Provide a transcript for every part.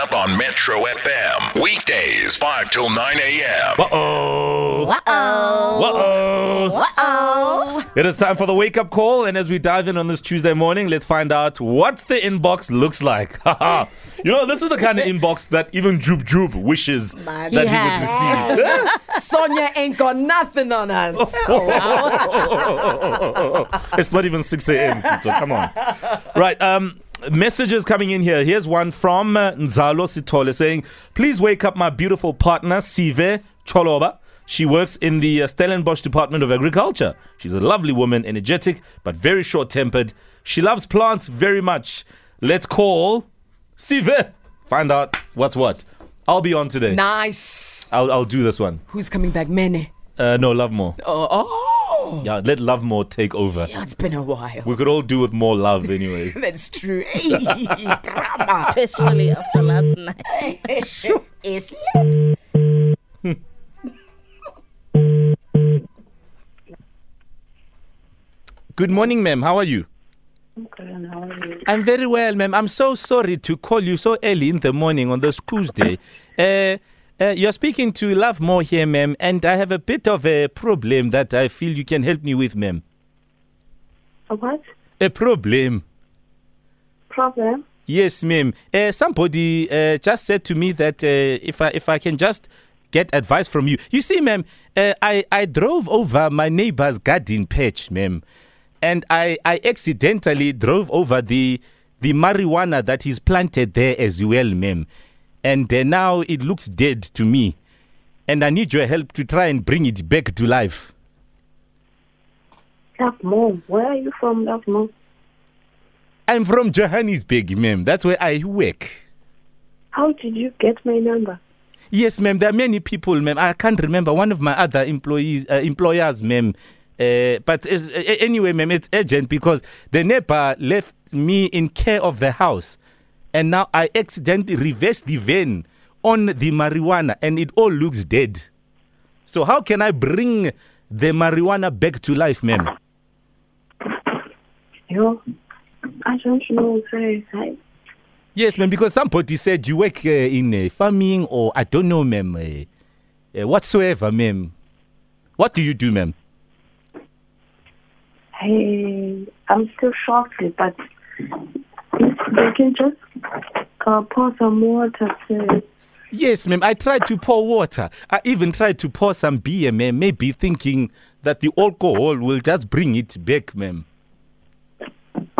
up on Metro FM. Weekdays, 5 till 9 a.m. Uh-oh. Whoa. Uh-oh. Whoa. It is time for the wake up call, and as we dive in on this Tuesday morning, let's find out what the inbox looks like. Haha. you know, this is the kind of inbox that even Joob Joob wishes that he would receive. Sonia ain't got nothing on us. It's not even 6 a.m. So come on. Right. Um, messages coming in here. Here's one from uh, Nzalo Sitole saying, Please wake up my beautiful partner, Sive Choloba. She works in the uh, Stellenbosch Department of Agriculture. She's a lovely woman, energetic, but very short tempered. She loves plants very much. Let's call Sive. Find out what's what. I'll be on today. nice. I'll, I'll do this one. Who's coming back, Mene? Uh, no, love more. Oh, oh. Yeah, let love more take over. Yeah, Oh, it's been a while. We could all do with more love anyway. That's true. Drama. Especially after last night. It's Good morning, ma'am. How are you? Colin, how are you? I'm very well, ma'am. I'm so sorry to call you so early in the morning on this Tuesday. Uh, uh, you're speaking to Love More here, ma'am, and I have a bit of a problem that I feel you can help me with, ma'am. A what? A problem. Problem? Yes, ma'am. Uh, somebody uh, just said to me that uh, if I if I can just get advice from you. You see, ma'am, uh, I I drove over my neighbor's garden patch, ma'am, and I I accidentally drove over the the marijuana that is planted there as well, ma'am, and uh, now it looks dead to me, and I need your help to try and bring it back to life. Love Mom. Where are you from, Love Mom? I'm from Johannesburg, ma'am. That's where I work. How did you get my number? Yes, ma'am. There are many people, ma'am. I can't remember one of my other employees, uh, employers, ma'am. Uh, but it's, uh, anyway, ma'am, it's urgent because the neighbor left me in care of the house, and now I accidentally reversed the vein on the marijuana, and it all looks dead. So how can I bring the marijuana back to life, ma'am? Yo, I don't know where is I. Yes, ma'am. Because somebody said you work uh, in uh, farming, or I don't know, ma'am, uh, uh, whatsoever, ma'am. What do you do, ma'am? Hey, I'm still shocked, but if they can just uh, pour some water to Yes, ma'am. I tried to pour water. I even tried to pour some beer, ma'am, maybe thinking that the alcohol will just bring it back, ma'am.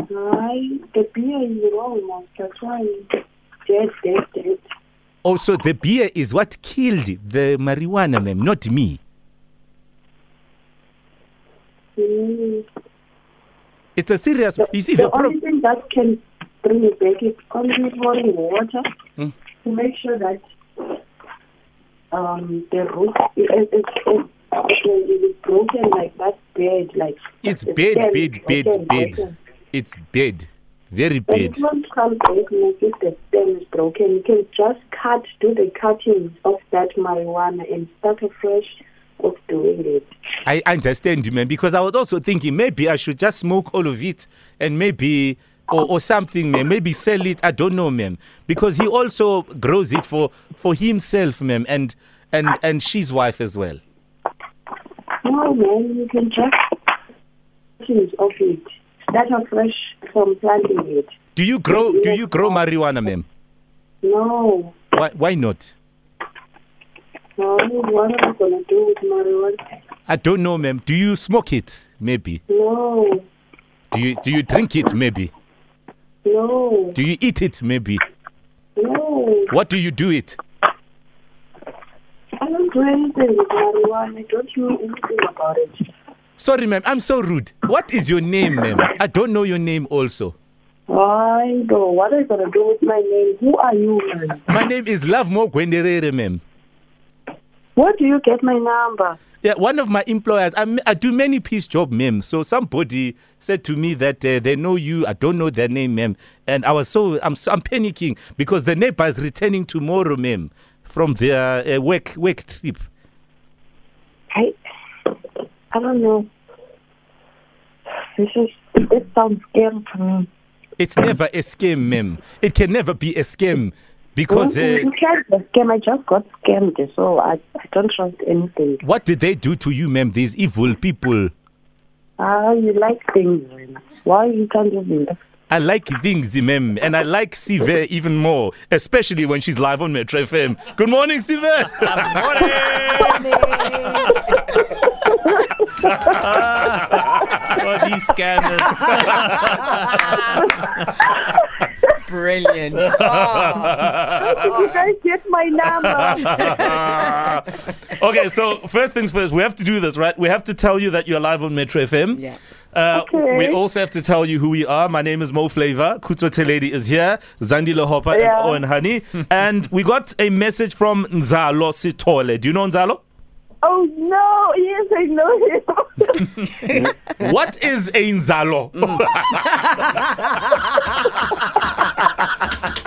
why the beer is wrong, Mom. That's why it's dead, dead, dead. Also, the beer is what killed the marijuana, ma'am, not me. Mm. It's a serious. You see, the The problem. only thing that can bring it back is only pouring water Mm. to make sure that um, the root it, it, it, it is broken like that bed, like It's very bad, bad, broken, bad, bad. broken. It's bad. Very But bad. it won't come back and if the stem is broken. You can just cut, do the cuttings of that marijuana and start afresh of doing it. I understand, ma'am, because I was also thinking maybe I should just smoke all of it and maybe or, or something, ma'am. Maybe sell it. I don't know, ma'am, because he also grows it for for himself, ma'am, and and and she's wife as well. No, man, you can just cuttings of it. Start afresh from planting it. Do you grow? Do you grow marijuana, ma'am? No, Why why not? no, what am I gonna do with marijuana? I don't know, ma'am. Do you smoke it? Maybe. No, Do you do you drink it? Maybe. no, Do you eat it? Maybe. no. What do you do it? I don't do anything with marijuana. I don't know anything about it. Sorry, ma'am. I'm so rude. What is your name, ma'am? I don't know your name. Also, I know. What are you gonna do with my name? Who are you, man? my name is Love Mo Gwenderere, ma'am. Where do you get my number? Yeah, one of my employers, I, m- I do many piece job, ma'am. So somebody said to me that uh, they know you. I don't know their name, ma'am. And I was so I'm so, I'm panicking because the neighbor is returning tomorrow, ma'am, from their uh, work work trip. I, I don't know. This is. This sounds scary to me. It's never a scam, ma'am. It can never be a scam because uh, You can't scam. I just got scammed, so I, I don't trust anything. what did they do to you, ma'am? These evil people. Ah, you like things. man. Why you can't even I like things, ma'am, and I like Sive even more, especially when she's live on Metro FM. Good morning, Sive. Oh, these scammers. Brilliant. Oh, You guys get my number. okay, so first things first, we have to do this, right? We have to tell you that you're live on Metro FM. Yeah. Uh, Okay. We also have to tell you who we are. My name is Mo Flavor. Kuto Teledi is here. Zandi Lohopa Yeah. and Owen Honey. and we got a message from Nzalo Sitole. Do you know Nzalo? oh no! Yes, I know him. What is a Nzalo? Mm.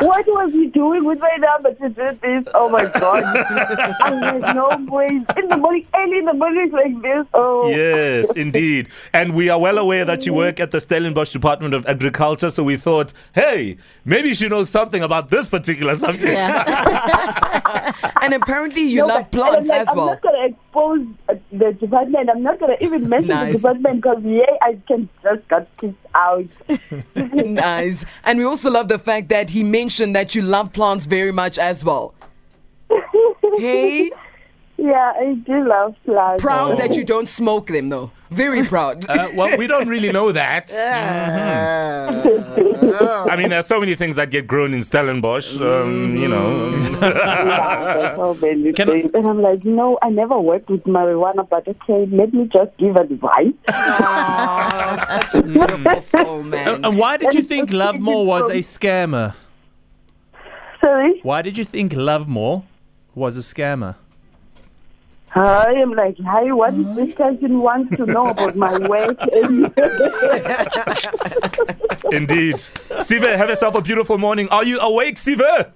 what was he doing with my number to do this? Oh my god! I had no ways in the morning, early in the morning like this. Oh Yes, indeed. And we are well aware that you work at the Stellenbosch Department of Agriculture, so we thought, hey, maybe she knows something about this particular subject. and apparently you No, love but- and I'm plants like, as I'm well. not going to expose uh, the department. I'm not going to even mention Nice. the department because, yeah, I can just got kicked out. Nice. And we also love the fact that he mentioned that you love plants very much as well. Hey, Yeah, I do love flowers. proud that you don't smoke them though. Very proud. Uh, well, we don't really know that. Mhm. I mean, there's so many things that get grown in Stellenbosch. Um, you know, Yeah, so many Can I- things. And I'm like, no, I never worked with marijuana, but okay, let me just give advice. Aw, such a beautiful soul, and, man. and why did you think Lovemore was a scammer? Sorry. Why did you think Lovemore was a scammer? I am like, hi, what is this person wants to know about my work? And indeed. Siva, have yourself a beautiful morning. Are you awake, Siva?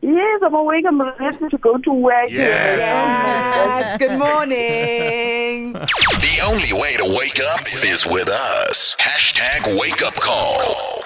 yes, I'm awake. I'm ready to go to work. Yes. Yes, good morning. The only way to wake up is with us. Hashtag wake up call.